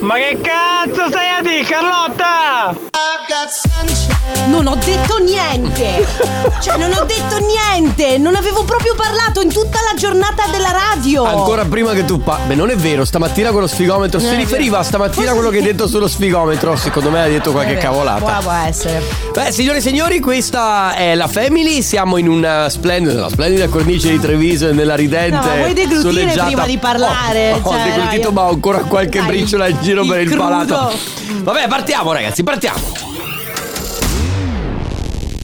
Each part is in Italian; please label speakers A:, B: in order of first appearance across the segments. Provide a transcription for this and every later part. A: Ma che cazzo stai a dire, Carlotta?
B: Non ho detto niente! Cioè, non ho detto niente! Non avevo proprio parlato in tutta la giornata della radio!
C: Ancora prima che tu pa- Beh, non è vero, stamattina con lo sfigometro. Si riferiva a stamattina a quello che hai detto sullo sfigometro. Secondo me ha detto qualche
B: Può,
C: cavolata.
B: Eh può essere.
C: Beh, signore e signori, questa è la Family. Siamo in una splendida, nella splendida cornice di Treviso e nella ridente.
B: No, vuoi deglutire
C: soleggiata- Oh,
B: prima di parlare,
C: Ho, ho
B: cioè,
C: deglutito,
B: dai.
C: ma ho ancora qualche
B: Dai,
C: briciola in giro
B: il
C: per il
B: crudo.
C: palato. Vabbè, partiamo, ragazzi, partiamo.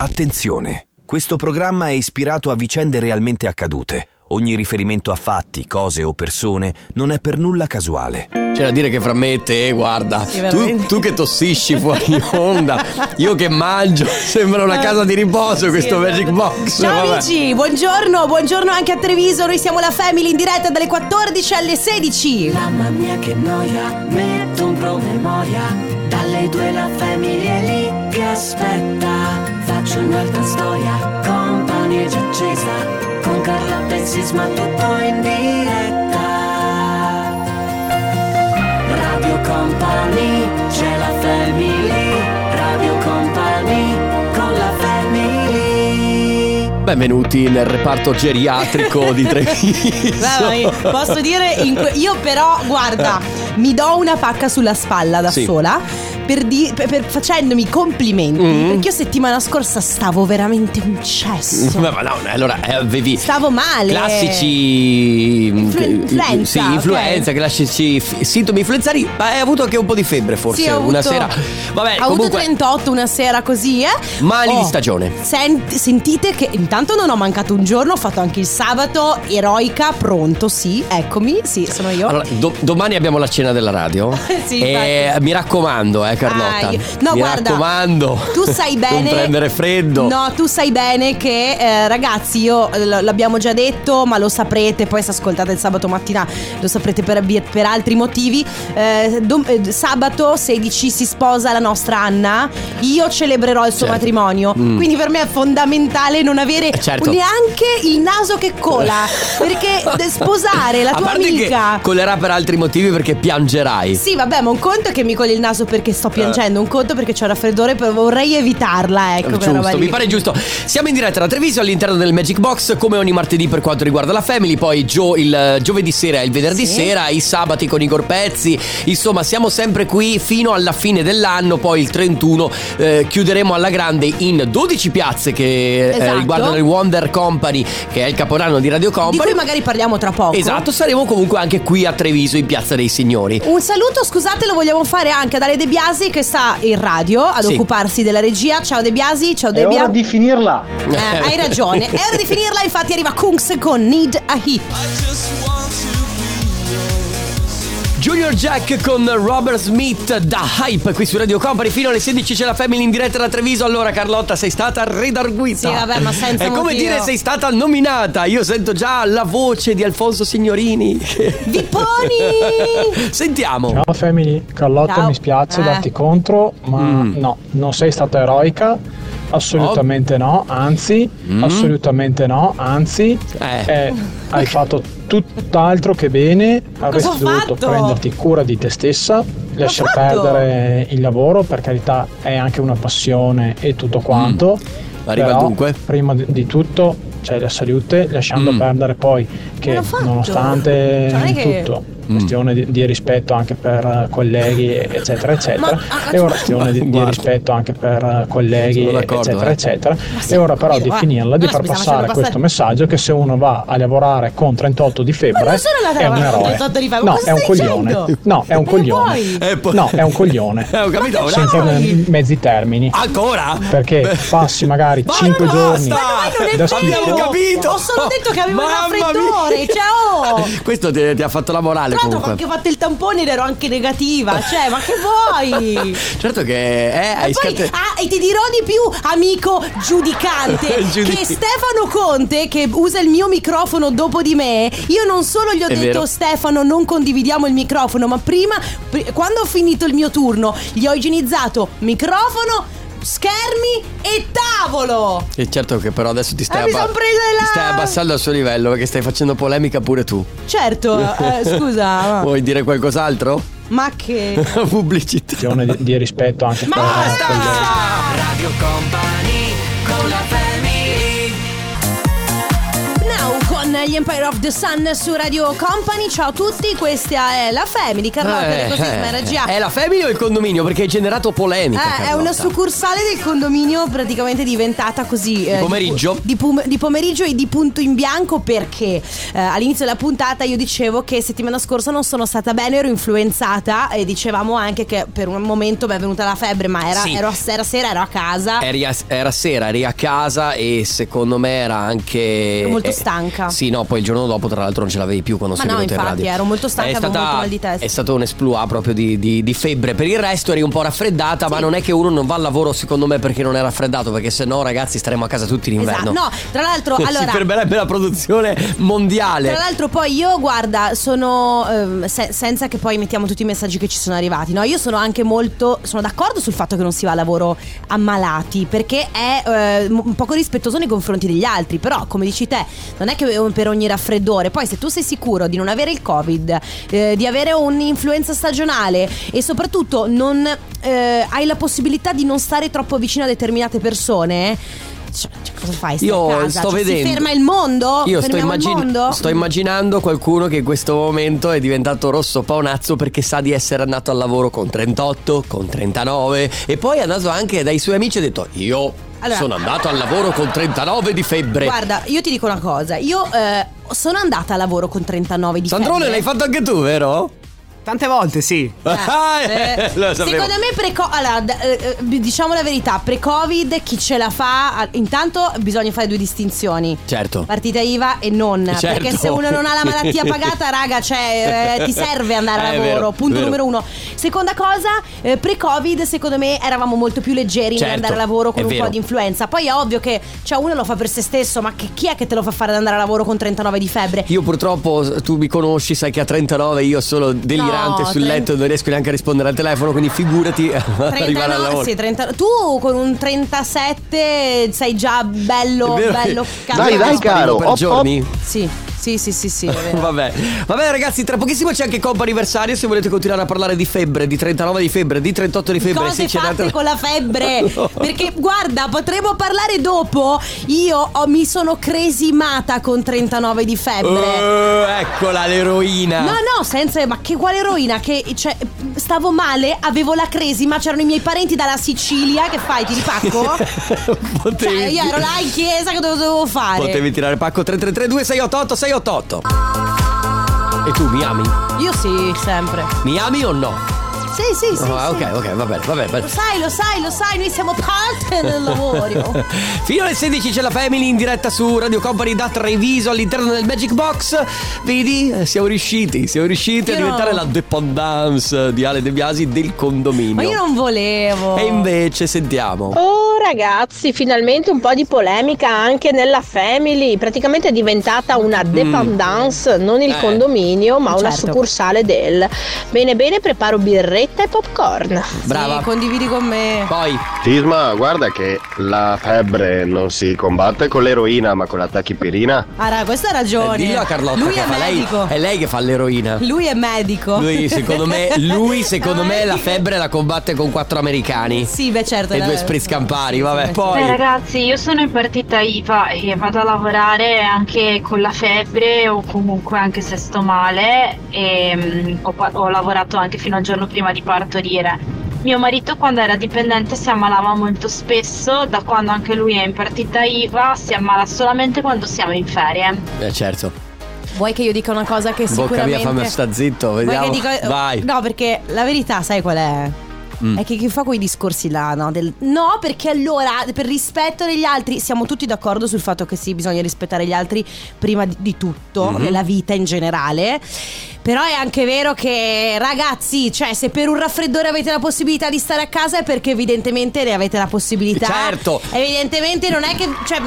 D: Attenzione, questo programma è ispirato a vicende realmente accadute. Ogni riferimento a fatti, cose o persone non è per nulla casuale.
C: C'è da dire che fra me e te, guarda, tu,
B: veramente.
C: tu che tossisci fuori onda, io che mangio, sembra una casa di riposo
B: Eh, Sì,
C: questo
B: esatto.
C: Magic Box.
B: Ciao
C: vabbè.
B: amici, buongiorno, buongiorno anche a Treviso, noi siamo la Family in diretta dalle 14 alle 16.
E: Mamma mia che noia, metto un promemoria Dalle due la famiglia è lì che aspetta Faccio un'altra storia, compagnia già accesa Con Carlotta e Sisma tutto in diretta Radio Company, c'è la family Radio Company, con la family
C: Benvenuti nel reparto geriatrico di
B: Beh,
C: Treviso.
B: ma posso dire, in que- io però, guarda, mi do una pacca sulla spalla da
C: Eh. Sì.
B: sola. Per di- per- per- facendomi i complimenti
C: Mm-hmm.
B: perché io settimana scorsa stavo veramente un cesso
C: Beh, ma no, allora eh, avevi
B: stavo male
C: Mm-hmm. classici mm,
B: influenza,
C: sì,
B: ok.
C: influenza, classici f- sintomi influenzali, ma hai avuto anche un po' di febbre forse
B: Sì, ho avuto-
C: una sera. Vabbè,
B: ho avuto
C: comunque
B: 38 una sera così, eh?
C: Mali di stagione.
B: sent- sentite che intanto non ho mancato un giorno, ho fatto anche il sabato, eroica, pronto, sì, eccomi, sì, sono io.
C: Allora, do- domani abbiamo la cena della radio.
B: Sì,
C: e mi raccomando, eh, Carlotta.
B: Ah, io- no,
C: mi
B: guarda,
C: raccomando.
B: Tu sai bene.
C: Non prendere freddo.
B: No, tu sai bene che, eh, ragazzi, io eh, l- l'abbiamo già detto, ma lo saprete. Poi, se ascoltate il sabato mattina, lo saprete per, abbi- per altri motivi. Eh, dom- eh, sabato 16 si sposa la nostra Anna. Io celebrerò il suo
C: Certo.
B: matrimonio.
C: Mm.
B: Quindi, per me è fondamentale non avere
C: Eh, certo.
B: neanche il naso che cola. perché de- sposare la
C: A
B: tua
C: parte
B: amica.
C: Che colerà per altri motivi perché piangerai.
B: Sì, vabbè, ma un conto è che mi coglie il naso perché
C: Eh.
B: sto piangendo, un conto perché c'ho raffreddore, però vorrei evitarla, ecco, quella roba
C: Eh, Giusto,
B: lì.
C: mi pare giusto. Siamo in diretta da Treviso all'interno del Magic Box come ogni martedì per quanto riguarda la Family, poi gio- il eh, giovedì sera e il venerdì
B: Sì.
C: sera, i sabati con i corpezzi. Insomma, siamo sempre qui fino alla fine dell'anno, poi il 31 eh, chiuderemo alla grande in 12 piazze che eh,
B: Esatto.
C: riguardano il Wonder Company, che è il capodanno di Radio
B: Di
C: Company.
B: cui magari parliamo tra poco.
C: Esatto, saremo comunque anche qui a Treviso in Piazza dei Signori.
B: Un saluto, scusate, lo vogliamo fare anche ad Ale De Biasi che sta in radio ad
C: Sì.
B: occuparsi della regia. Ciao De Biasi, ciao De Biasi.
A: finirla.
B: Eh, hai ragione, è ora di finirla, infatti arriva Kungs con Need a Hit.
C: Junior Jack con Robert Smith da Hype qui su Radio Company fino alle 16 c'è la Family in diretta da Treviso allora Carlotta sei stata redarguita
B: Sì, vabbè, ma senza
C: è come
B: motivo.
C: dire sei stata nominata io sento già la voce di Alfonso Signorini
B: Vipponi!
C: sentiamo
F: Ciao Family, Carlotta
B: Ciao.
F: mi spiace
B: Eh.
F: darti contro, ma
C: Mm.
F: no, non sei stata eroica. Assolutamente no, anzi, assolutamente no, anzi,
C: Mm. Eh.
F: eh, hai fatto tutt'altro che bene,
B: ho
F: avresti dovuto
B: fatto?
F: prenderti cura di te stessa, lasciar
B: fatto?
F: perdere il lavoro, per carità è anche una passione e tutto quanto.
C: Mm. Arriva
F: però,
C: dunque.
F: Prima di- di tutto c'è la salute, lasciando
C: Mm.
F: perdere poi che
B: l'ho fatto?
F: nonostante
B: Cioè, non è che-
F: tutto questione di, di rispetto anche per eh, colleghi, eccetera, eccetera.
B: Ma- ah,
F: e ora questione di, di
C: guarda.
F: rispetto anche per eh, colleghi,
C: Sono d'accordo,
F: eccetera,
C: eh.
F: eccetera.
B: sì,
F: E ora però
B: capito,
F: di
B: eh.
F: finirla, di
B: Adesso
F: far
B: mi sta
F: passare
B: facendo
F: questo
B: passare-
F: messaggio che se uno va a lavorare con 38 di febbre
B: Ma non sono andata a
F: è un
B: lavorare con
F: eroe.
B: 38 di febbre,
F: No,
B: cosa
F: è un
B: stai
F: coglione.
B: dicendo?
F: No, è un
B: Ma
F: coglione.
B: poi?
C: Eh, poi-
F: No, è un coglione.
C: Eh, ho capito ora.
F: Senza
B: dai!
F: mezzi termini.
C: ancora
F: Perché passi magari
C: Basta,
F: 5 giorni
C: basta! Ma non è
F: da
B: vero!
C: abbiamo capito
B: Ho solo detto che avevo un
C: Mamma mia.
B: raffreddore, ciao!
C: questo ti, ti ha fatto la morale
B: Tra l'altro ho
C: comunque
B: anche fatto il tampone ed ero anche negativa, cioè, ma che vuoi?
C: certo che eh, hai
B: E poi,
C: scatte-
B: ah, e ti dirò di più, amico giudicante,
C: Giudic-
B: che Stefano Conte, che usa il mio microfono dopo di me, io non solo gli ho
C: È
B: detto
C: vero.
B: Stefano non condividiamo il microfono, ma prima, pr- quando ho finito il mio turno, gli ho igienizzato microfono, schermi e tavolo.
C: E certo che però adesso ti stai,
B: Ah, mi son presa la-
C: ti stai abbassando al suo livello perché stai facendo polemica pure tu.
B: Certo, eh, scusa. ma-
C: Vuoi dire qualcos'altro?
B: Ma che...
C: Pubblicità.
F: Questione di, di rispetto anche per
B: Basta!
F: per gli-
E: Radio Company con la family
B: Eh, Now con gli Empire of the Sun su Radio Company. Ciao a tutti, questa è la Family, Carlotta
C: Eh,
B: di Così
C: eh.
B: come regia.
C: È la family o il condominio? Perché hai generato polemica.
B: Eh, è una
C: Carlotta.
B: succursale del condominio praticamente diventata così eh,
C: pomeriggio.
B: di, pum- di pomeriggio e di punto in bianco perché eh, all'inizio della puntata io dicevo che settimana scorsa non sono stata bene ero influenzata e dicevamo anche che per un momento mi è venuta la febbre ma era,
C: Sì.
B: ero a sera, sera ero a casa
C: Eri a- era sera, eri a casa e secondo me era anche.
B: Ero molto
C: eh,
B: stanca.
C: sì, no, poi il giorno dopo, tra l'altro, non ce l'avevi più quando
B: Ma
C: sei
B: no,
C: venuto in
B: infatti,
C: radio.
B: ero molto stanca,
C: È
B: avevo
C: stata,
B: molto mal di testa.
C: È stato un esplua proprio di, di- di febbre. Per il resto eri un po' raffreddata, ma non è che uno non va al lavoro, secondo me, perché non è raffreddato, perché se no, ragazzi, staremo a casa tutti l'inverno.
B: Esatto. No, tra l'altro,
C: si
B: allora,
C: fermerebbe la produzione mondiale.
B: Tra l'altro poi io guarda sono ehm, se- senza che poi mettiamo tutti i messaggi che ci sono arrivati no? Io sono anche molto sono d'accordo sul fatto che non si va a lavoro ammalati perché è eh, un poco rispettoso nei confronti degli altri però come dici te non è che ehm, per ogni raffreddore poi se tu sei sicuro di non avere il covid eh, di avere un'influenza stagionale e soprattutto non eh, hai la possibilità di non stare troppo vicino a determinate persone cioè, cioè, cosa fai? Stai
C: Io
B: a casa?
C: sto
B: Cioè,
C: vedendo.
B: Si ferma il mondo?
C: Io sto,
B: Fermiamo il
C: immagin-
B: mondo?
C: sto immaginando qualcuno che in questo momento è diventato rosso paonazzo perché sa di essere andato al lavoro con 38, con 39 e poi è andato anche dai suoi amici e ha detto io
B: Allora-
C: sono andato al lavoro con 39 di febbre.
B: Guarda, io ti dico una cosa. Io eh, sono andata a lavoro con 39 di
C: Sandrone
B: febbre.
C: l'hai fatto anche tu, vero?
A: Tante volte sì.
C: Ah,
B: Eh,
C: eh, lo sapevo.
B: Secondo me pre-co- allora, d- eh, eh, diciamo la verità, pre-Covid chi ce la fa ah, intanto bisogna fare due distinzioni.
C: Certo.
B: Partita IVA e non,
C: Certo.
B: perché se uno non ha la malattia pagata, raga, cioè eh, ti serve andare
C: Eh,
B: a
C: è
B: lavoro,
C: vero,
B: punto
C: vero.
B: numero uno. Seconda cosa, eh, pre-Covid secondo me eravamo molto più leggeri
C: Certo,
B: nell'andare a lavoro con
C: è
B: un
C: vero.
B: po' di influenza. Poi è ovvio che cioè, uno lo fa per se stesso, ma che- chi è che te lo fa fare ad andare a lavoro con 39 di febbre?
C: Io purtroppo, tu mi conosci, sai che a 39 io sono delirante
B: No,
C: sul
B: trenta-
C: letto, non riesco neanche a rispondere al telefono, quindi figurati ad arrivare al
B: 39,
C: lavoro.
B: sì, 30 tu con un 37 sei già bello,
C: È vero che-
B: bello
G: Dai,
B: cazzo.
G: dai,
C: Sparivo
G: caro,
C: per
G: hop, hop.
C: giorni.
B: Sì, sì, sì, sì, sì. è vero.
C: Vabbè. Vabbè ragazzi, tra pochissimo c'è anche Compa anniversario, se volete continuare a parlare di febbre, di 39 di febbre, di 38 di febbre,
B: Cose
C: se c'è
B: fatte
C: data-
B: con la febbre
C: No.
B: Perché guarda potremo parlare dopo Io ho- mi sono cresimata con 39 di febbre
C: Eh, eccola l'eroina.
B: No no senza Ma che quale eroina Che cioè, stavo male Avevo la cresima C'erano i miei parenti dalla Sicilia Che fai ti ripacco? cioè
C: potevi,
B: io ero là in chiesa Che dovevo fare?
C: potevi tirare pacco 3332 688 688.
B: Ah.
C: E tu mi ami?
B: Io sì sempre
C: Mi ami o no?
B: Sì sì sì,
C: Ah,
B: sì.
C: ok, ok, va bene, va bene. va
B: Lo
C: bene.
B: sai, lo sai, lo sai, noi siamo parte del lavoro.
C: Fino alle 16 c'è la Family in diretta su Radio Company da Treviso all'interno del Magic Box. Vedi, eh, siamo riusciti, siamo riusciti a
B: Io no.
C: diventare la dependance di Ale De Biasi del condominio.
B: Ma io non volevo.
C: E invece sentiamo.
H: Oh ragazzi, finalmente un po' di polemica anche nella family, praticamente è diventata una dependance, non il
C: Eh,
H: condominio, ma una
B: certo.
H: succursale del. Bene bene, preparo birretta e popcorn.
C: Brava.
B: Sì, condividi con me.
C: Poi eh,
I: Tisma, guarda che la febbre non si combatte con l'eroina, ma con la tachipirina.
B: Ara, Ah, questa ha
C: eh,
B: ragione.
C: dillo a Carlotta
B: Lui
C: che
B: è
C: fa lei,
B: medico.
C: è lei che fa l'eroina.
B: Lui è medico.
C: Lui secondo me, lui, secondo me la
B: Medico.
C: febbre la combatte con quattro americani.
B: Sì, beh, certo.
C: E
B: la-
C: due spriscampari,
B: sì,
C: vabbè,
B: sì,
J: Beh,
C: poi
J: ragazzi, io sono in partita IVA e vado a lavorare anche con la febbre o comunque anche se sto male e mm, ho, pa- ho lavorato anche fino al giorno prima di partorire. Mio marito quando era dipendente si ammalava molto spesso, da quando anche lui è in partita IVA si ammala solamente quando siamo in ferie.
C: Eh, certo.
B: sì. Vuoi che io dica una cosa che
C: Bocca
B: sicuramente
C: mia, fammi sta zitto,
B: Vuoi
C: vediamo.
B: che dico-
C: Vai.
B: No, perché la verità, sai qual è?
C: Mm.
B: È che chi fa quei discorsi là, no? Del- no, perché allora, per rispetto degli altri, siamo tutti d'accordo sul fatto che sì, bisogna rispettare gli altri prima di, di tutto,
C: Mm-hmm.
B: nella vita in generale. Però è anche vero che, ragazzi, cioè, se per un raffreddore avete la possibilità di stare a casa è perché evidentemente ne avete la possibilità.
C: Certo.
B: Evidentemente non è che. Cioè,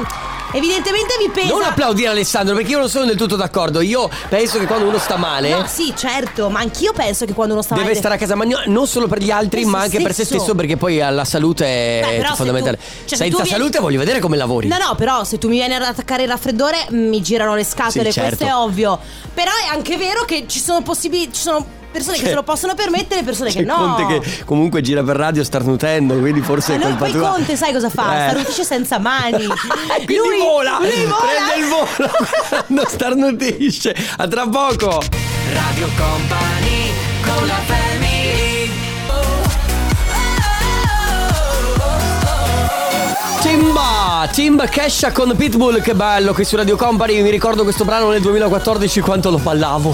B: evidentemente vi pesa.
C: Non applaudire Alessandro perché io non sono del tutto d'accordo. Io penso che quando uno sta male
B: No, sì, certo, ma anch'io penso che quando uno sta
C: deve
B: male
C: stare a casa, ma no- non solo per gli altri,
B: Per
C: ma
B: se
C: anche per se
B: stesso.
C: stesso, perché poi la salute
B: Beh,
C: è
B: però se
C: fondamentale.
B: tu- cioè, se
C: Senza
B: tu vieni-
C: salute voglio vedere come lavori.
B: No, no, però se tu mi vieni ad attaccare il raffreddore mi girano le scatole,
C: Sì, certo.
B: questo è ovvio. Però è anche vero che ci sono possibili. Ci sono persone che
C: Cioè,
B: se lo possono permettere e persone
C: C'è
B: che no.
C: Conte che comunque gira per radio starnutendo, quindi forse
B: Ma
C: è
B: lui
C: colpa
B: poi
C: tua.
B: Conte sai cosa fa?
C: Eh.
B: Starnutisce senza mani.
C: Quindi
B: lui,
C: vola,
B: Lui vola.
C: prende il volo quando starnutisce. A tra poco. Radio Company con la Timba, Timba Kesha con Pitbull, che bello qui su Radio Company, mi ricordo questo brano nel 2014 quanto lo ballavo,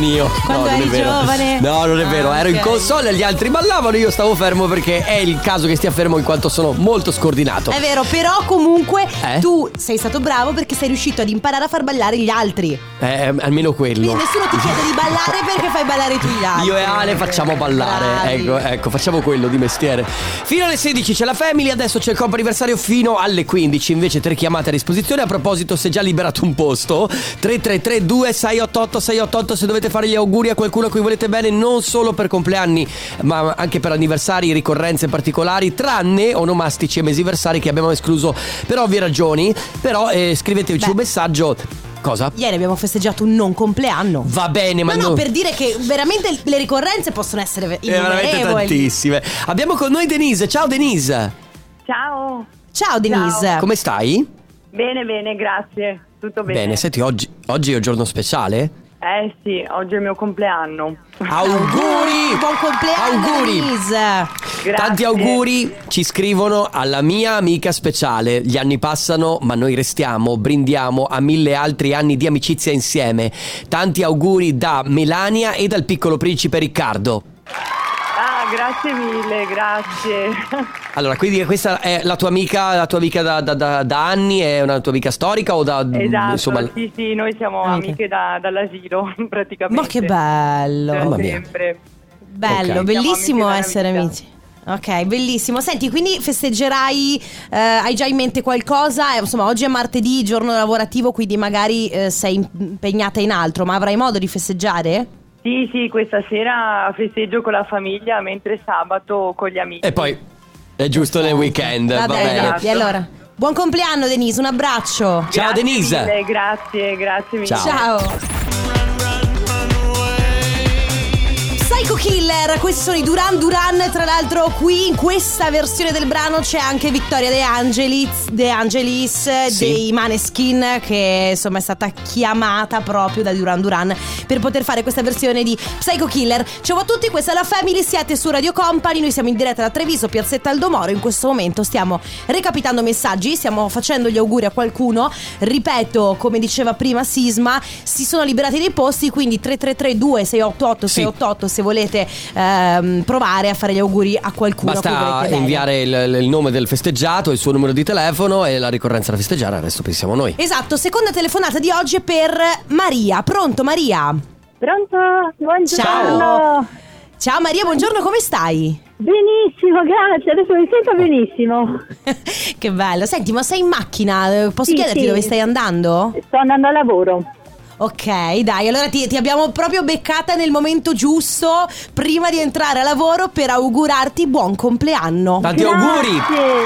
C: io,
B: Quando
C: no, non
B: eri
C: è vero.
B: giovane.
C: No, non è
B: Ah,
C: vero, ero in
B: ok.
C: console, gli altri ballavano, io stavo fermo perché è il caso che stia fermo in quanto sono molto scordinato.
B: È vero, però comunque
C: Eh?
B: tu sei stato bravo perché sei riuscito ad imparare a far ballare gli altri.
C: Eh, almeno quello.
B: Quindi nessuno ti chiede di ballare perché fai ballare tu gli altri.
C: Io e Ale facciamo ballare,
B: Bravi.
C: ecco, ecco, facciamo quello di mestiere. Fino alle 16 c'è la Family, adesso c'è il compo anniversario fino alle 15, invece tre chiamate a disposizione. A proposito, se già liberato un posto, 3332 688 688 se dovete fare gli auguri a qualcuno a cui volete bene, non solo per compleanni, ma anche per anniversari, ricorrenze particolari, tranne onomastici e mesiversari che abbiamo escluso per ovvie ragioni, però eh, scriveteci
B: Beh.
C: un messaggio. Cosa?
B: Ieri abbiamo festeggiato un non compleanno.
C: Va bene, ma
B: no, no,
C: non-
B: per dire che veramente le ricorrenze possono essere
C: Eh, veramente
B: innumerevoli.
C: tantissime. Abbiamo con noi Denise. Ciao Denise.
G: Ciao,
B: Ciao Denise.
C: Come stai?
G: bene, bene, grazie. Tutto bene?
C: senti, oggi, oggi è un giorno speciale.
G: Eh sì, oggi è il mio compleanno.
C: Auguri!
B: Ah, Buon compleanno
C: Auguri!
B: Denise.
G: Grazie.
C: Tanti auguri ci scrivono alla mia amica speciale. Gli anni passano, ma noi restiamo, brindiamo a mille altri anni di amicizia insieme. Tanti auguri da Melania e dal piccolo principe Riccardo.
G: Ah, grazie mille, grazie.
C: Allora, quindi questa è la tua amica, la tua amica da, da- da- da anni, è una tua amica storica o da
G: Esatto,
C: insomma Ah,
G: sì, sì, noi siamo
B: Amiche.
G: amiche da- dall'asilo praticamente.
B: Ma che bello.
G: Da
C: Mamma mia.
G: sempre.
B: Bello,
C: Ok.
G: Siamo
B: bellissimo
G: amiche
B: essere
G: dall'amicizia.
B: amici. Ok, bellissimo. Senti, quindi festeggerai, eh, hai già in mente qualcosa? Eh, insomma, oggi è martedì, giorno lavorativo, quindi magari eh, sei impegnata in altro, ma avrai modo di festeggiare?
G: Sì, sì, questa sera festeggio con la famiglia, mentre sabato con gli amici.
C: E poi è giusto nel weekend, Eh, va
B: bene.
C: bene.
G: Esatto.
B: E allora, buon compleanno Denise, un abbraccio.
C: Ciao
G: Grazie
C: Denise.
G: mille, grazie, grazie mille.
C: Ciao.
B: Psycho Killer, questi sono i Duran Duran, tra l'altro qui in questa versione del brano c'è anche Vittoria De Angelis, De Angelis eh,
C: Sì.
B: dei Maneskin che insomma è stata chiamata proprio da Duran Duran per poter fare questa versione di Psycho Killer. Ciao a tutti, questa è la Family, siete su Radio Company, noi siamo in diretta da Treviso, Piazzetta Aldomoro, in questo momento stiamo recapitando messaggi, stiamo facendo gli auguri a qualcuno, ripeto come diceva prima Sisma, si sono liberati dei posti, quindi 3332 688
C: Sì.
B: 688 se volete ehm, provare a fare gli auguri a qualcuno. a cui
C: Basta
B: volete bene.
C: inviare il, il nome del festeggiato, il suo numero di telefono e la ricorrenza da festeggiare, adesso pensiamo noi.
B: Esatto, seconda telefonata di oggi è per Maria. Pronto Maria?
K: Pronto? Buongiorno.
B: Ciao. Ciao Maria, buongiorno, come stai?
K: Benissimo, grazie. Adesso mi sento benissimo.
B: che bello. Senti, ma sei in macchina? Eh, Posso
K: Sì,
B: chiederti
K: sì.
B: dove stai andando?
K: Sto andando a lavoro.
B: Ok, dai, allora ti, ti abbiamo proprio beccata nel momento giusto prima di entrare a lavoro per augurarti buon compleanno.
C: Tanti auguri!
K: Grazie.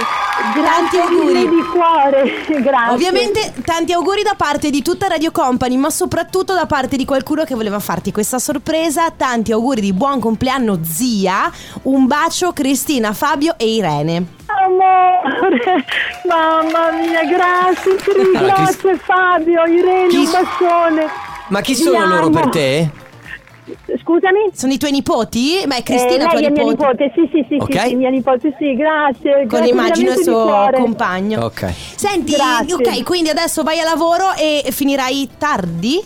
B: Tanti
K: Grazie
B: auguri.
K: mille di cuore. grazie.
B: Ovviamente tanti auguri da parte di tutta Radio Company, ma soprattutto da parte di qualcuno che voleva farti questa sorpresa. Tanti auguri di buon compleanno zia. Un bacio Cristina, Fabio e Irene.
K: Amore. Mamma mia, grazie. Ti
C: Allora, chi-
K: ringrazio Fabio, Irene,
C: Chi-
K: un bacione.
C: Ma chi
K: Vi
C: sono loro
K: amo.
C: per te?
K: Scusami?
B: Sono i tuoi nipoti? Beh,
K: Eh,
B: Cristina,
K: lei
B: tua
K: è mia nipote, sì, sì, sì,
C: Ok.
K: sì, sì, mia nipote, sì, grazie.
B: Con
K: grazie
B: l'immagine
K: veramente
B: del
K: di
B: suo
K: cuore.
B: compagno.
C: Ok.
B: Senti,
K: Grazie.
B: ok, quindi adesso vai a lavoro e finirai tardi?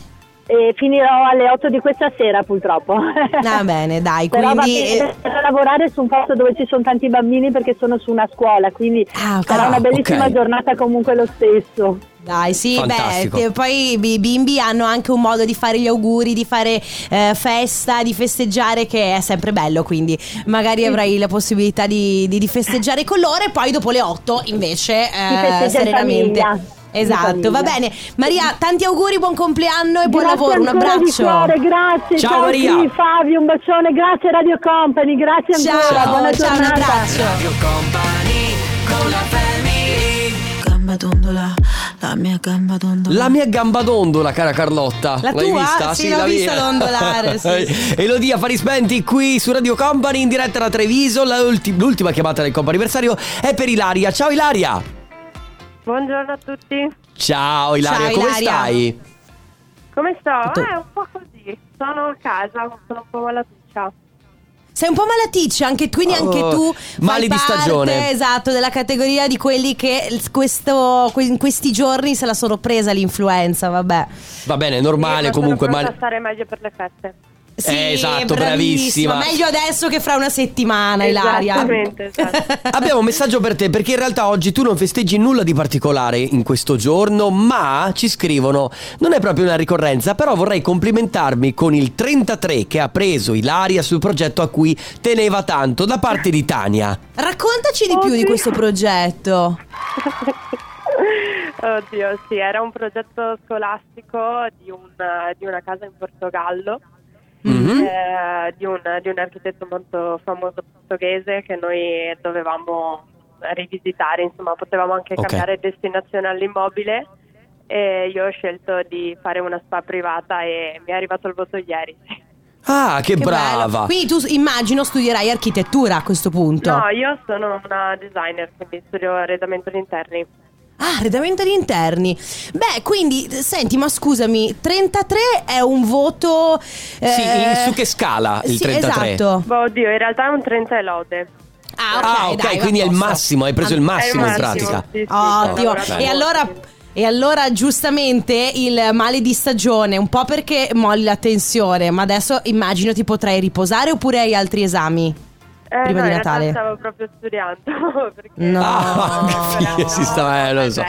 K: E finirò alle 8 di questa sera purtroppo.
B: Va bene, dai,
K: Però va
B: quindi...
K: bene,
B: eh,
K: per lavorare su un posto dove ci sono tanti bambini perché sono su una scuola, quindi
B: Ah, ok.
K: sarà
C: Ah,
K: una bellissima
C: ok.
K: giornate comunque lo stesso.
B: Dai, sì,
C: Fantastico.
B: beh, te- poi i bimbi hanno anche un modo di fare gli auguri, di fare eh, festa, di festeggiare, che è sempre bello, quindi magari avrai la possibilità di, di- di festeggiare con loro e poi dopo le 8 invece
K: festeggia
B: eh,
K: in
B: serenamente.
K: famiglia. In
B: Esatto, va
K: famiglia.
B: bene. Maria, tanti auguri, buon compleanno e buon
K: Grazie
B: lavoro, un
K: ancora di
B: abbraccio.
K: cuore, grazie.
C: Ciao,
K: Ciao,
C: Maria.
K: sì, Fabio, un bacione, grazie Radio Company, grazie
B: Ciao,
K: ancora, buona
B: ciao, un
K: giornata.
B: abbraccio.
E: Gamba dondola,
L: La mia gamba d'ondola.
C: La mia gambadondola, cara Carlotta.
L: La
C: L'hai
L: tua?
C: vista?
L: Sì, l'ho vista dondolare, sì.
C: Elodia Fari Spenti qui su Radio Company in diretta da Treviso. La ulti- l'ultima chiamata del comp'anniversario è per Ilaria. Ciao Ilaria.
M: Buongiorno a tutti.
C: Ciao Ilaria,
M: Ciao,
C: come
M: Ilaria.
C: stai?
M: Come sto?
C: Tutto-
M: Eh, un po' così. Sono a casa, sono un po' malatuccia.
B: Sei un po' malaticcia, anche, quindi anche
C: Oh,
B: tu
C: mali
B: fai
C: di
B: parte,
C: stagione.
B: Esatto, della categoria di quelli che il- questo- que- in questi giorni se la sono presa l'influenza, vabbè.
C: Va bene, è normale comunque.
M: Pronta
C: Ma...
M: a stare meglio per le feste.
B: Sì,
C: Eh, esatto,
B: bravissima.
C: bravissima.
B: Meglio adesso che fra una settimana, Ilaria.
M: Esattamente, esatto.
C: Abbiamo un messaggio per te perché in realtà oggi tu non festeggi nulla di particolare in questo giorno, ma ci scrivono: Non è proprio una ricorrenza, però vorrei complimentarmi con il 33 che ha preso Ilaria sul progetto a cui teneva tanto da parte di Tania.
B: Raccontaci di più di questo progetto.
M: Oddio, sì, era un progetto scolastico di, un- di una casa in Portogallo.
C: Mhm.
B: Mm-hmm.
M: eh, di, un, di un architetto molto famoso portoghese che noi dovevamo rivisitare, insomma potevamo anche
N: Ok.
M: cambiare destinazione all'immobile e io ho scelto di fare una spa privata e mi è arrivato il voto ieri.
C: Ah, che,
B: Che
C: brava!
B: bello. Quindi tu immagino studierai architettura a questo punto.
M: No, io sono una designer, quindi studio arredamento di interni.
B: Ah, arredamento di interni. Beh, quindi, senti, ma scusami, 33 è un voto... eh, esatto.
C: Sì, in- su che scala il 33?
M: Boh, oddio, in realtà è un 30 e lode.
B: Ah, ok,
C: Ah, ok,
B: dai, va
C: quindi è il
B: posto.
C: massimo, hai preso il
B: È
C: massimo, in
B: massimo,
C: pratica.
M: sì, sì,
B: Ottimo.
C: Ok.
B: E allora. E allora giustamente il male di stagione, un po' perché molli la tensione, ma adesso immagino ti potrai riposare oppure hai altri esami
M: Eh,
B: prima
M: no,
B: di
M: in realtà
B: Natale?
M: stavo proprio studiando. perché-
B: No.
C: Ah, capito, si sta, eh, lo so.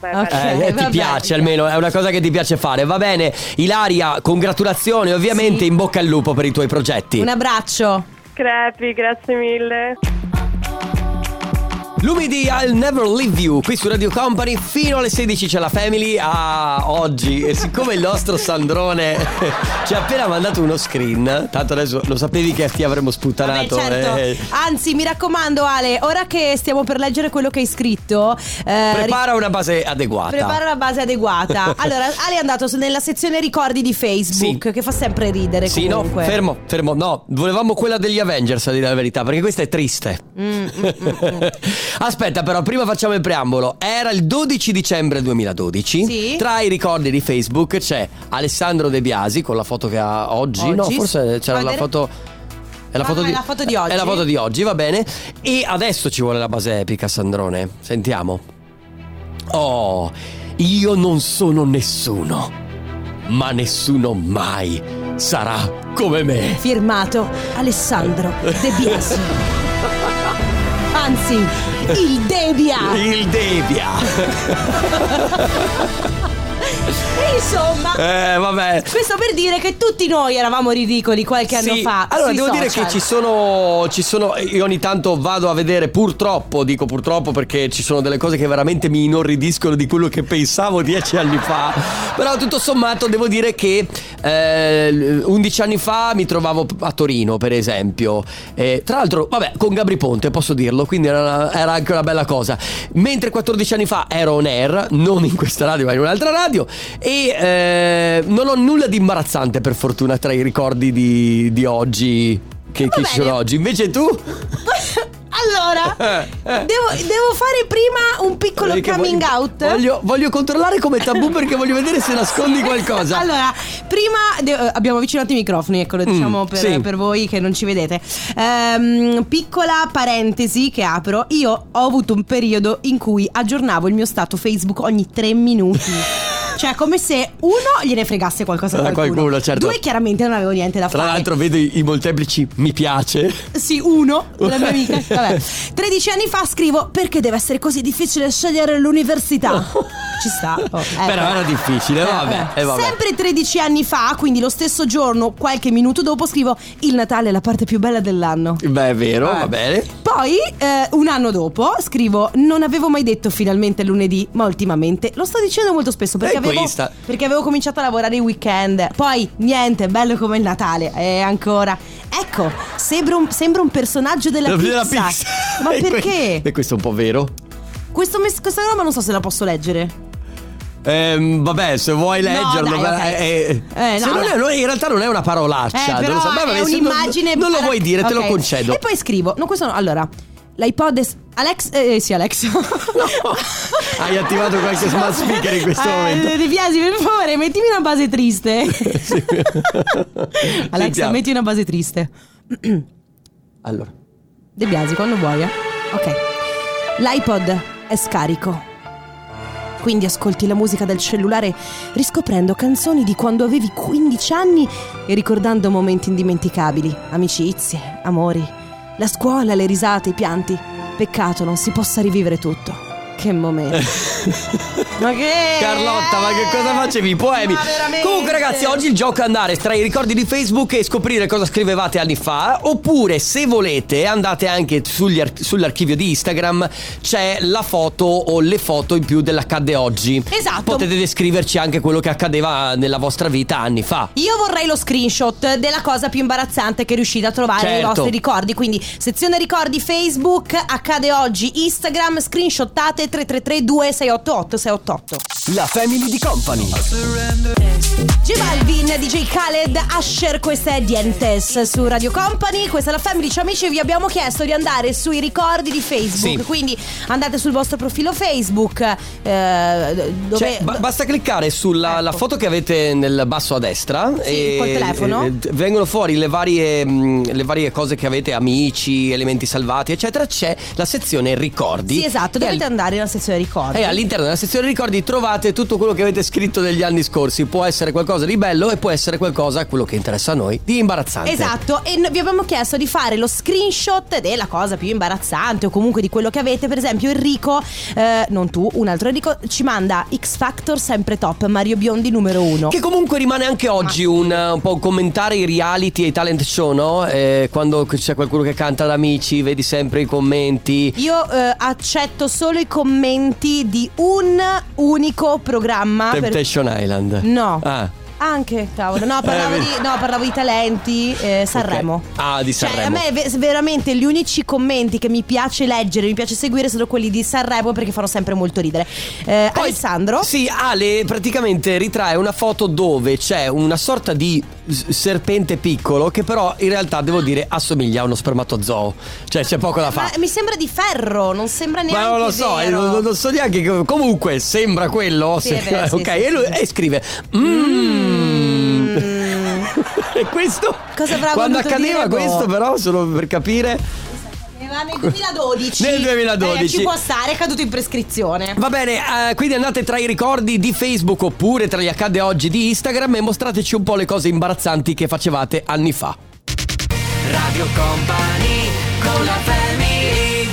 M: Beh,
B: Ok.
M: bello.
C: Eh, eh, ti
B: vabbè.
C: piace almeno, è una cosa che ti piace fare. Va bene, Ilaria, congratulazioni, ovviamente in bocca al lupo per i tuoi progetti.
B: Un abbraccio.
M: Crepi, grazie mille.
C: Lunedì I'll Never Leave You qui su Radio Company fino alle 16 c'è la Family a oggi e siccome il nostro Sandrone ci ha appena mandato uno screen, tanto adesso lo sapevi che ti avremmo sputtanato.
B: certo.
C: eh.
B: Anzi, mi raccomando Ale, ora che stiamo per leggere quello che hai scritto, eh, ri-
C: Prepara una base adeguata.
B: Prepara la base adeguata. Allora, Ale è andato su- nella sezione ricordi di Facebook, che fa sempre ridere
C: Sì, no,
B: comunque.
C: fermo, fermo, no, volevamo quella degli Avengers, a dire la verità, perché questa è triste.
B: Mm, mm, mm.
C: Aspetta, però, prima facciamo il preambolo. Era il 12 dicembre 2012.
B: Sì.
C: Tra i ricordi di Facebook c'è Alessandro De Biasi con la foto che ha oggi.
B: Oggi?
C: No, forse c'era
B: Guarda-
C: la foto. È la,
B: No,
C: foto
B: no,
C: di,
B: è la foto di oggi.
C: È la foto di oggi, va bene. E adesso ci vuole la base epica, Sandrone. Sentiamo. Oh, io non sono nessuno, ma nessuno mai sarà come me.
B: Firmato Alessandro De Biasi. Anzi, il Debia.
C: Il Devia.
B: Insomma,
C: eh, vabbè.
B: questo per dire che tutti noi eravamo ridicoli qualche anno
C: Sì,
B: fa.
C: Allora,
B: sui
C: devo dire
B: social.
C: che ci sono, ci sono. Io ogni tanto vado a vedere, purtroppo, dico purtroppo perché ci sono delle cose che veramente mi inorridiscono di quello che pensavo dieci anni fa. Però tutto sommato devo dire che eh, 11 anni fa mi trovavo a Torino, per esempio. Eh, tra l'altro, vabbè, con Gabri Ponte posso dirlo, quindi era, una- era anche una bella cosa. Mentre 14 anni fa ero on air, non in questa radio, ma in un'altra radio. E eh, non ho nulla di imbarazzante, per fortuna, tra i ricordi di, di oggi. Che, che ci sono oggi. Invece tu.
B: Allora,
C: Eh, eh.
B: devo, devo fare prima un piccolo
C: Perché voglio-
B: coming out.
C: Voglio, voglio controllare come tabù perché voglio vedere se nascondi qualcosa.
B: Allora, prima de- eh, abbiamo avvicinato i microfoni, ecco, lo
C: Mm,
B: diciamo per,
C: sì.
B: per voi che non ci vedete. Ehm, piccola parentesi che apro, io ho avuto un periodo in cui aggiornavo il mio stato Facebook ogni tre minuti. Cioè, come se uno gliene fregasse qualcosa a
C: A
B: qualcuno.
C: qualcuno, certo.
B: Due, chiaramente non avevo niente da
C: Tra
B: fare.
C: l'altro, vedo i, i molteplici mi piace.
B: Sì, uno, la mia amica. Vabbè. 13 anni fa scrivo perché deve essere così difficile scegliere l'università. Ah, Ci sta. Oh, ecco.
C: Però era difficile, Eh, vabbè. e vabbè.
B: Sempre 13 anni fa, quindi lo stesso giorno, qualche minuto dopo, scrivo Il Natale è la parte più bella dell'anno.
C: Beh, è vero,
B: Eh.
C: va bene.
B: Poi, eh, un anno dopo, scrivo Non avevo mai detto finalmente lunedì, ma ultimamente lo sto dicendo molto spesso perché,
C: Eh,
B: avevo,
C: questa.
B: perché avevo cominciato a lavorare i weekend. Poi, niente, bello come il Natale. E ancora. Ecco, sembra un, sembra un personaggio della
C: Della
B: pizza.
C: pizza.
B: Ma
C: E que-
B: perché?
C: E questo è un po' vero.
B: Questo mes- questa roba non so se la posso leggere.
C: Ehm, vabbè, se vuoi
B: No,
C: leggerlo.
B: dai,
C: beh,
B: ok.
C: eh,
B: Eh, no,
C: se non
B: no.
C: è- non è- in realtà non è una parolaccia.
B: Eh,
C: non
B: però
C: lo so, beh,
B: è
C: vabbè, se non-
B: un'imagine.
C: Non, lo vuoi dire, te lo
B: Ok.
C: concedo.
B: E poi scrivo. No, questo no. Allora, l'iPod. è s- Alex. Eh, sì, Alex.
C: Hai attivato qualche smart speaker in questo
B: Eh,
C: momento.
B: De Biasi, per favore, mettimi una base triste. Alexa,
C: Sentiamo.
B: metti una base triste.
C: Allora.
B: De Biasi, quando vuoi. eh. Ok. L'iPod è scarico. Quindi ascolti la musica del cellulare riscoprendo canzoni di quando avevi 15 anni e ricordando momenti indimenticabili, amicizie, amori, la scuola, le risate, i pianti. Peccato non si possa rivivere tutto. Che momento. ma che...
C: Carlotta, ma che cosa facevi? I Poemi. Comunque, ragazzi, oggi il gioco è andare tra i ricordi di Facebook e scoprire cosa scrivevate anni fa. Oppure, se volete, andate anche sugli ar- sull'archivio di Instagram. C'è la foto o le foto in più dell'accadde oggi.
B: Esatto.
C: Potete descriverci anche quello che accadeva nella vostra vita anni fa.
B: Io vorrei lo screenshot della cosa più imbarazzante che riuscite a trovare nei
C: Certo.
B: vostri ricordi. Quindi sezione ricordi Facebook, accade oggi, Instagram, screenshottate 333 2688 688.
N: La family di company.
B: G Balvin, DJ Khaled, Asher, questa è Dientes su Radio Company, questa è la Family, ciao amici, vi abbiamo chiesto di andare sui ricordi di Facebook,
C: Sì.
B: quindi andate sul vostro profilo Facebook, eh, dove... Ecco.
C: Cioè, ba- basta cliccare sulla la foto che avete nel basso a destra e
B: col telefono.
C: e- e vengono fuori le varie, mh, le varie cose che avete, amici, elementi salvati, eccetera. C'è la sezione ricordi.
B: sì, esatto,
C: E
B: dovete andare nella sezione ricordi.
C: E all'interno della sezione ricordi trovate tutto quello che avete scritto negli anni scorsi. Può essere qualcosa di bello e può essere qualcosa, quello che interessa a noi, di imbarazzante.
B: Esatto, e no- vi abbiamo chiesto di fare lo screenshot della cosa più imbarazzante o comunque di quello che avete. Per esempio, Enrico, eh, non tu, un altro Enrico, ci manda X Factor sempre top, Mario Biondi numero uno.
C: Che comunque rimane anche oggi un, un po' commentare i reality e i talent show, no? Eh, quando c'è qualcuno che canta ad amici, vedi sempre i commenti.
B: Io eh, accetto solo i commenti di un unico programma. Ah, per-
C: Temptation Island.
B: No.
C: Ah.
B: Anche, cavolo. No, parlavo,
C: Eh,
B: di,
C: vedi.
B: no, parlavo di talenti, eh, Sanremo.
C: Ok. Ah, di
B: Cioè, a
C: Sanremo.
B: me ve- veramente gli unici commenti che mi piace leggere, mi piace seguire sono quelli di Sanremo perché fanno sempre molto ridere. Eh, Alessandro?
C: Sì, Ale praticamente ritrae una foto dove c'è una sorta di s- serpente piccolo che però in realtà devo dire assomiglia a uno spermatozoo. Cioè c'è poco da
B: Ma
C: fare.
B: mi sembra di ferro, non sembra neanche
C: Ma non lo so, eh,
B: vero.
C: non, non so neanche. che- Comunque sembra quello.
B: Sì, è vero, sì,
C: ok,
B: sì,
C: e,
B: sì,
C: lui-
B: sì.
C: e scrive. "Mm". e questo.
B: Cosa avrà
C: Quando
B: voluto
C: accadeva
B: dire, boh?
C: questo, però, solo per capire.
B: Era Eh, Nel 2012.
C: Nel 2012.
B: Eh, ci può stare, è caduto in prescrizione.
C: Va bene, eh, quindi andate tra i ricordi di Facebook oppure tra gli accade oggi di Instagram e mostrateci un po' le cose imbarazzanti che facevate anni fa.
E: Radio Company con la family.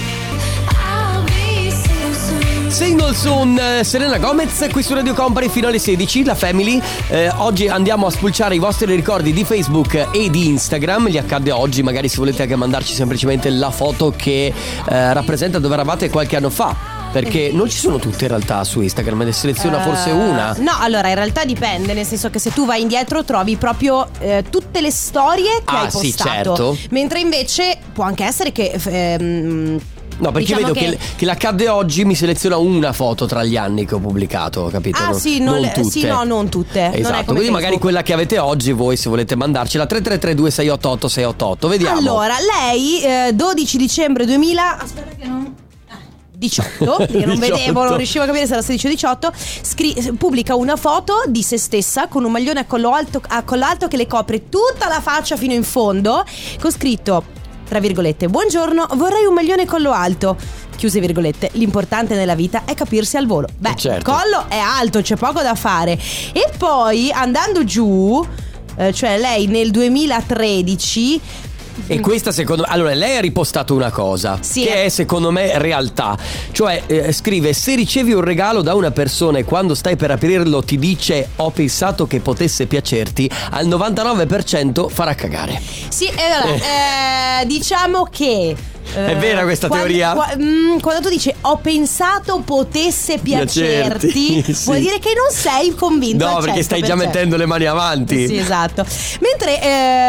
E: I'll be so soon.
C: Single Soon, eh, Serena Gomez, qui su Radio Company fino alle 16, la Family. Eh, oggi andiamo a spulciare i vostri ricordi di Facebook e di Instagram, gli accade oggi, magari se volete anche mandarci semplicemente la foto che eh, rappresenta dove eravate qualche anno fa. Perché non ci sono tutte in realtà su Instagram, ne seleziona
B: Eh,
C: forse una.
B: No, allora in realtà dipende, nel senso che se tu vai indietro trovi proprio eh, tutte le storie che
C: Ah,
B: hai
C: sì,
B: postato.
C: certo.
B: Mentre invece può anche essere che f- ehm,
C: No, perché
B: diciamo
C: vedo che, che l'accadde oggi mi seleziona una foto tra gli anni che ho pubblicato, capito?
B: Ah,
C: Non-
B: sì, non le-
C: tutte.
B: sì, no, non tutte. Non è
C: Esatto,
B: come
C: quindi magari
B: Facebook.
C: quella che avete oggi voi se volete mandarcela 333 2688 688, vediamo.
B: Allora, lei eh, 12 dicembre 2000 Aspetta che non eh, 18, perché non
C: 18.
B: vedevo, non riuscivo a capire se era 16 o 18, scri- pubblica una foto di se stessa con un maglione a collo, alto, a collo alto che le copre tutta la faccia fino in fondo, con scritto, tra virgolette, buongiorno, vorrei un maglione collo alto. Chiuse virgolette, l'importante nella vita è capirsi al volo. Beh,
C: Certo.
B: il collo è alto, c'è poco da fare. E poi andando giù, eh, cioè lei nel 2013
C: E questa secondo me... Allora, lei ha ripostato una cosa
B: mm. Sì.
C: che è secondo me realtà. Cioè, eh, scrive, se ricevi un regalo da una persona e quando stai per aprirlo ti dice ho pensato che potesse piacerti, al 99% farà cagare.
B: Sì, e allora, eh, diciamo che
C: Eh. È vera questa
B: Quando-
C: teoria?
B: qua- mm, quando tu dici ho pensato potesse piacerti,
C: Piacerti, sì.
B: vuol dire che non sei convinto.
C: No,
B: al
C: perché stai già
B: 100%.
C: mettendo le mani avanti.
B: Sì, esatto. Mentre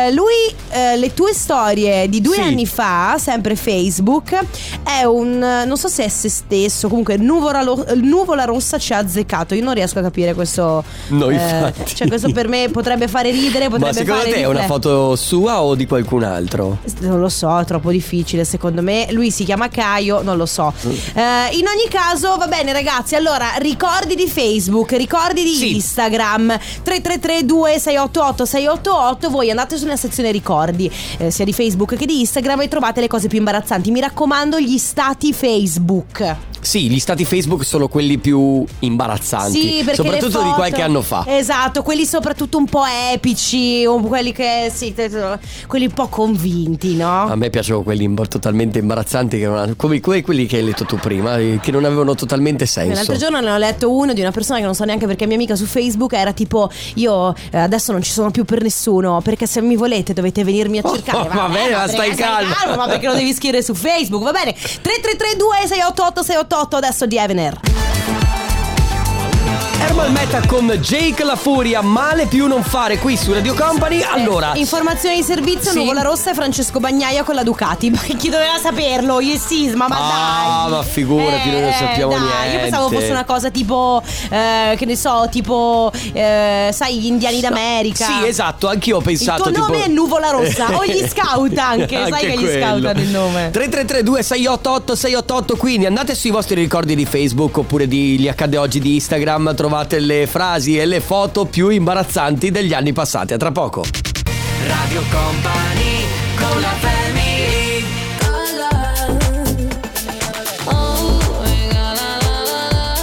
B: eh, lui, eh, le tue storie di due anni fa, sempre Facebook, è un eh, non so se è se stesso, comunque nuvola, lo- nuvola rossa ci ha azzeccato. Io non riesco a capire questo.
C: No, infatti.
B: cioè, questo per me potrebbe fare ridere, potrebbe
C: Ma secondo
B: fare
C: te è una
B: riflettere.
C: foto sua o di qualcun altro?
B: Non lo so, è troppo difficile secondo me. Lui si chiama Caio, non lo so.
C: Mm.
B: Eh, in ogni caso, va bene ragazzi, allora ricordi di Facebook, ricordi di Instagram, 333-2688-688, voi andate sulla sezione ricordi, eh, sia di Facebook che di Instagram e trovate le cose più imbarazzanti. Mi raccomando, gli stati Facebook.
C: Sì, gli stati Facebook sono quelli più imbarazzanti.
B: Sì, perché le
C: soprattutto di
B: foto-
C: qualche anno fa.
B: Esatto, quelli soprattutto un po' epici, o quelli che sì, te- te- quelli un po' convinti, no?
C: A me piacevano quelli imba- totalmente imbarazzanti, che non ha- come que- quelli che hai letto tu prima, eh, che non avevano totalmente senso.
B: L'altro giorno ne ho letto uno di una persona che non so neanche perché è mia amica su Facebook era tipo io eh, adesso non ci sono più per nessuno perché se mi volete dovete venirmi a cercare.
C: Oh, va bene, ma stai calmo.
B: Ma perché lo devi scrivere su Facebook? Va bene. 3332 688 688 adesso di Evener.
C: Herbal Meta con Jake La Furia, male più non fare qui su Radio Company. Allora,
B: Informazioni di servizio, Nuvola Rossa e Francesco Bagnaia con la Ducati. Ma chi doveva saperlo? Io e Sisma, ma
C: ah, ma figurati, noi non
B: Eh,
C: sappiamo
B: dai,
C: niente.
B: Io pensavo fosse una cosa tipo, eh, che ne so, tipo, eh, sai, gli indiani d'America.
C: Sì, esatto, anch'io ho pensato.
B: tuo nome è
C: tipo-
B: Nuvola Rossa, o gli scout anche, sai che gli scout
C: quello.
B: hanno il nome.
C: 3332 688 688 quindi andate sui vostri ricordi di Facebook oppure di gli accade oggi di Instagram, trovate le frasi e le foto più imbarazzanti degli anni passati. A tra poco.
E: Radio Company con la family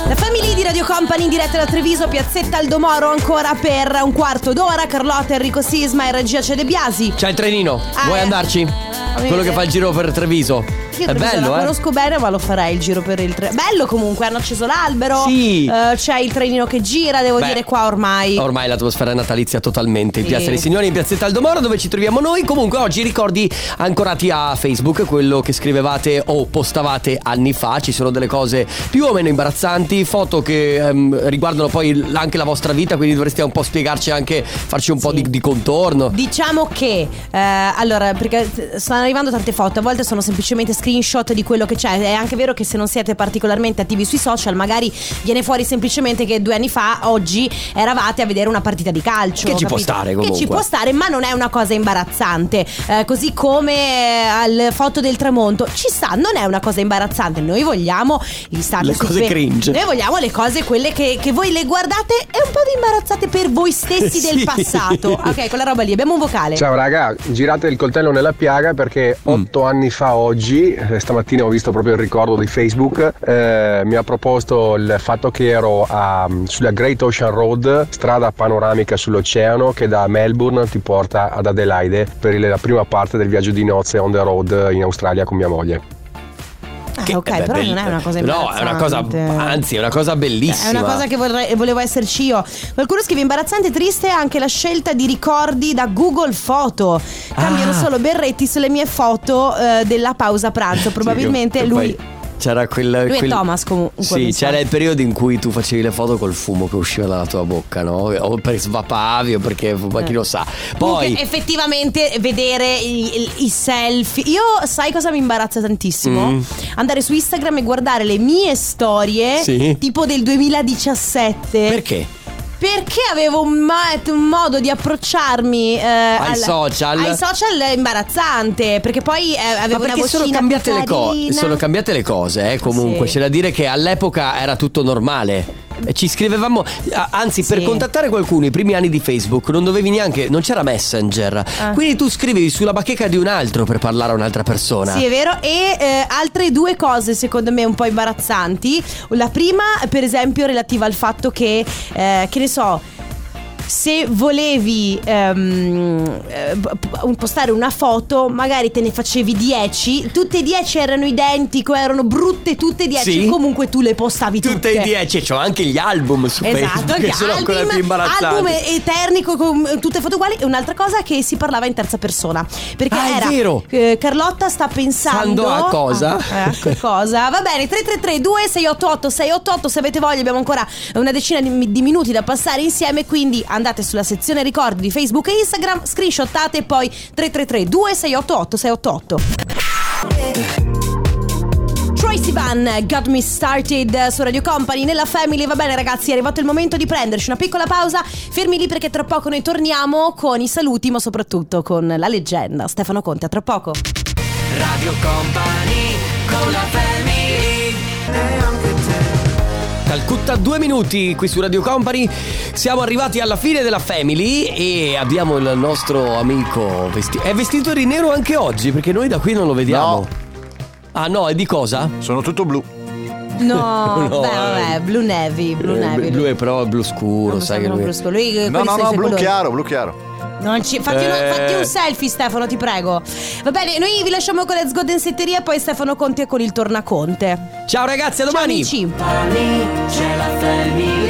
B: La famiglia di Radio Company in diretta da Treviso, Piazzetta Aldomoro ancora per un quarto d'ora. Carlotta, Enrico Sisma e regia Cede Biasi.
C: C'è il trenino, vuoi
B: eh.
C: andarci?
B: bene.
C: Quello che fa il giro per Treviso.
B: Io
C: è
B: Treviso
C: bello,
B: la
C: eh?
B: conosco bene, ma lo farei il giro per il tre. Bello comunque, hanno acceso l'albero.
C: Sì.
B: eh, c'è il trenino che gira, devo
C: Beh.
B: dire qua ormai.
C: Ormai l'atmosfera è natalizia totalmente in
B: Sì.
C: Piazza dei Signori, in Piazzetta Aldomoro, dove ci troviamo noi. Comunque oggi ricordi ancorati a Facebook, quello che scrivevate o postavate anni fa. Ci sono delle cose più o meno imbarazzanti, foto che ehm, riguardano poi l- anche la vostra vita, quindi dovreste un po' spiegarci anche, farci un po' di, di contorno.
B: Diciamo che eh, allora, perché stanno arrivando tante foto, a volte sono semplicemente screenshot di quello che c'è. È anche vero che se non siete particolarmente attivi sui social, magari viene fuori semplicemente che due anni fa, oggi, eravate a vedere una partita di calcio.
C: Che ci può
B: capito?
C: stare,
B: Che
C: comunque.
B: ci può stare, ma non è una cosa imbarazzante. Eh, così come eh, al foto del tramonto, ci sta, non è una cosa imbarazzante. Noi vogliamo gli status
C: Le
B: su
C: cose
B: Fe-
C: cringe.
B: Noi vogliamo le cose, quelle che, che voi le guardate e un po' vi imbarazzate per voi stessi del
O: Sì.
B: passato. Esatto. Ok, quella roba lì, abbiamo un vocale.
C: Cioè,
O: Ciao raga, girate il coltello nella piaga perché otto anni fa oggi, eh, stamattina ho visto proprio il ricordo di Facebook, eh, mi ha proposto il fatto che ero a- sulla Great Ocean Road, strada panoramica sull'oceano che da Melbourne ti porta ad Adelaide per il- la prima parte del viaggio di nozze on the road in Australia con mia moglie.
B: Ah, ok,
C: Eh beh,
B: però
C: bell-
B: non è una cosa
C: No, è
B: imbarazzante.
C: una cosa, anzi, è una cosa bellissima.
B: È una cosa che vorrei- volevo esserci io. Qualcuno scrive imbarazzante e triste è anche la scelta di ricordi da Google Foto. Cambiano
C: Ah.
B: solo berretti sulle mie foto eh, della pausa pranzo. Probabilmente
C: Sì, che- che
B: lui.
C: poi C'era quella,
B: Lui è
C: quel-
B: Thomas comunque,
C: Sì,
B: mi sa.
C: c'era il periodo in cui tu facevi le foto col fumo che usciva dalla tua bocca, no? O perché svapavi o perché ma chi lo sa. Poi
B: Comunque, eh, effettivamente vedere i, i- i selfie. Io sai cosa mi imbarazza tantissimo?
C: Mm.
B: Andare su Instagram e guardare le mie storie,
C: Sì.
B: tipo del 2017.
C: perché?
B: Perché avevo un, ma- un modo di approcciarmi eh,
C: Ai social?
B: Ai social è imbarazzante. Perché poi eh, avevo
C: Ma
B: una
C: perché
B: vocina
C: sono cambiate, le co-
B: carina.
C: sono cambiate le cose, eh, comunque.
B: Sì.
C: C'è da dire che all'epoca era tutto normale. E Ci scrivevamo, a- anzi, per
B: Sì.
C: contattare qualcuno i primi anni di Facebook non dovevi neanche, non c'era Messenger.
B: Ah.
C: Quindi tu scrivevi sulla bacheca di un altro per parlare a un'altra persona.
B: Sì, è vero. E eh, altre due cose, secondo me, un po' imbarazzanti. La prima, per esempio, relativa al fatto che, eh, che ne so. se volevi ehm, eh, p- postare una foto, magari te ne facevi 10, tutte e 10 erano identiche, erano brutte tutte e 10,
C: Sì.
B: comunque tu le postavi tutte.
C: Tutte e dieci, c'ho anche gli album su
B: Esatto,
C: Facebook
B: anche
C: che sono ancora più
B: album,
C: imbarazzanti.
B: album eternico con tutte foto uguali. E un'altra cosa che si parlava in terza persona. Perché
C: Ah, è
B: era
C: vero.
B: eh, Carlotta sta pensando
C: Pensando a cosa?
B: Ah, eh, a cosa? Va bene, 333 2688 688 se avete voglia, abbiamo ancora una decina di, di minuti da passare insieme, quindi andate sulla sezione ricordi di Facebook e Instagram, screenshottate e poi 333 2688 688. Tracy Van, Got Me Started eh, su Radio Company nella Family. Va bene ragazzi, è arrivato il momento di prenderci una piccola pausa. Fermi lì perché tra poco noi torniamo con i saluti, ma soprattutto con la leggenda. Stefano Conte, a tra poco.
E: Radio Company con la family
C: Calcutta due minuti qui su Radio Company. Siamo arrivati alla fine della Family e abbiamo il nostro amico vesti- È vestito di nero anche oggi perché noi da qui non lo vediamo. Ah no, è di cosa? Sono tutto blu.
B: No,
C: No, eh.
B: beh, vabbè, Blue Navy, Blue Navy.
C: Lui è però Eh, blu scuro, sai
B: Sembra
C: che lui.
B: un blu scuro. Lui, quelli sono i suoi colori.
C: blu chiaro.
B: Non ci- fatti, uno-
C: Eh.
B: fatti un selfie, Stefano, ti prego. Va bene, noi vi lasciamo con Let's Go Densetteria e poi Stefano Conte con il Tornaconte.
C: Ciao ragazzi, a domani.
B: Ciao, amici.
E: c'è la family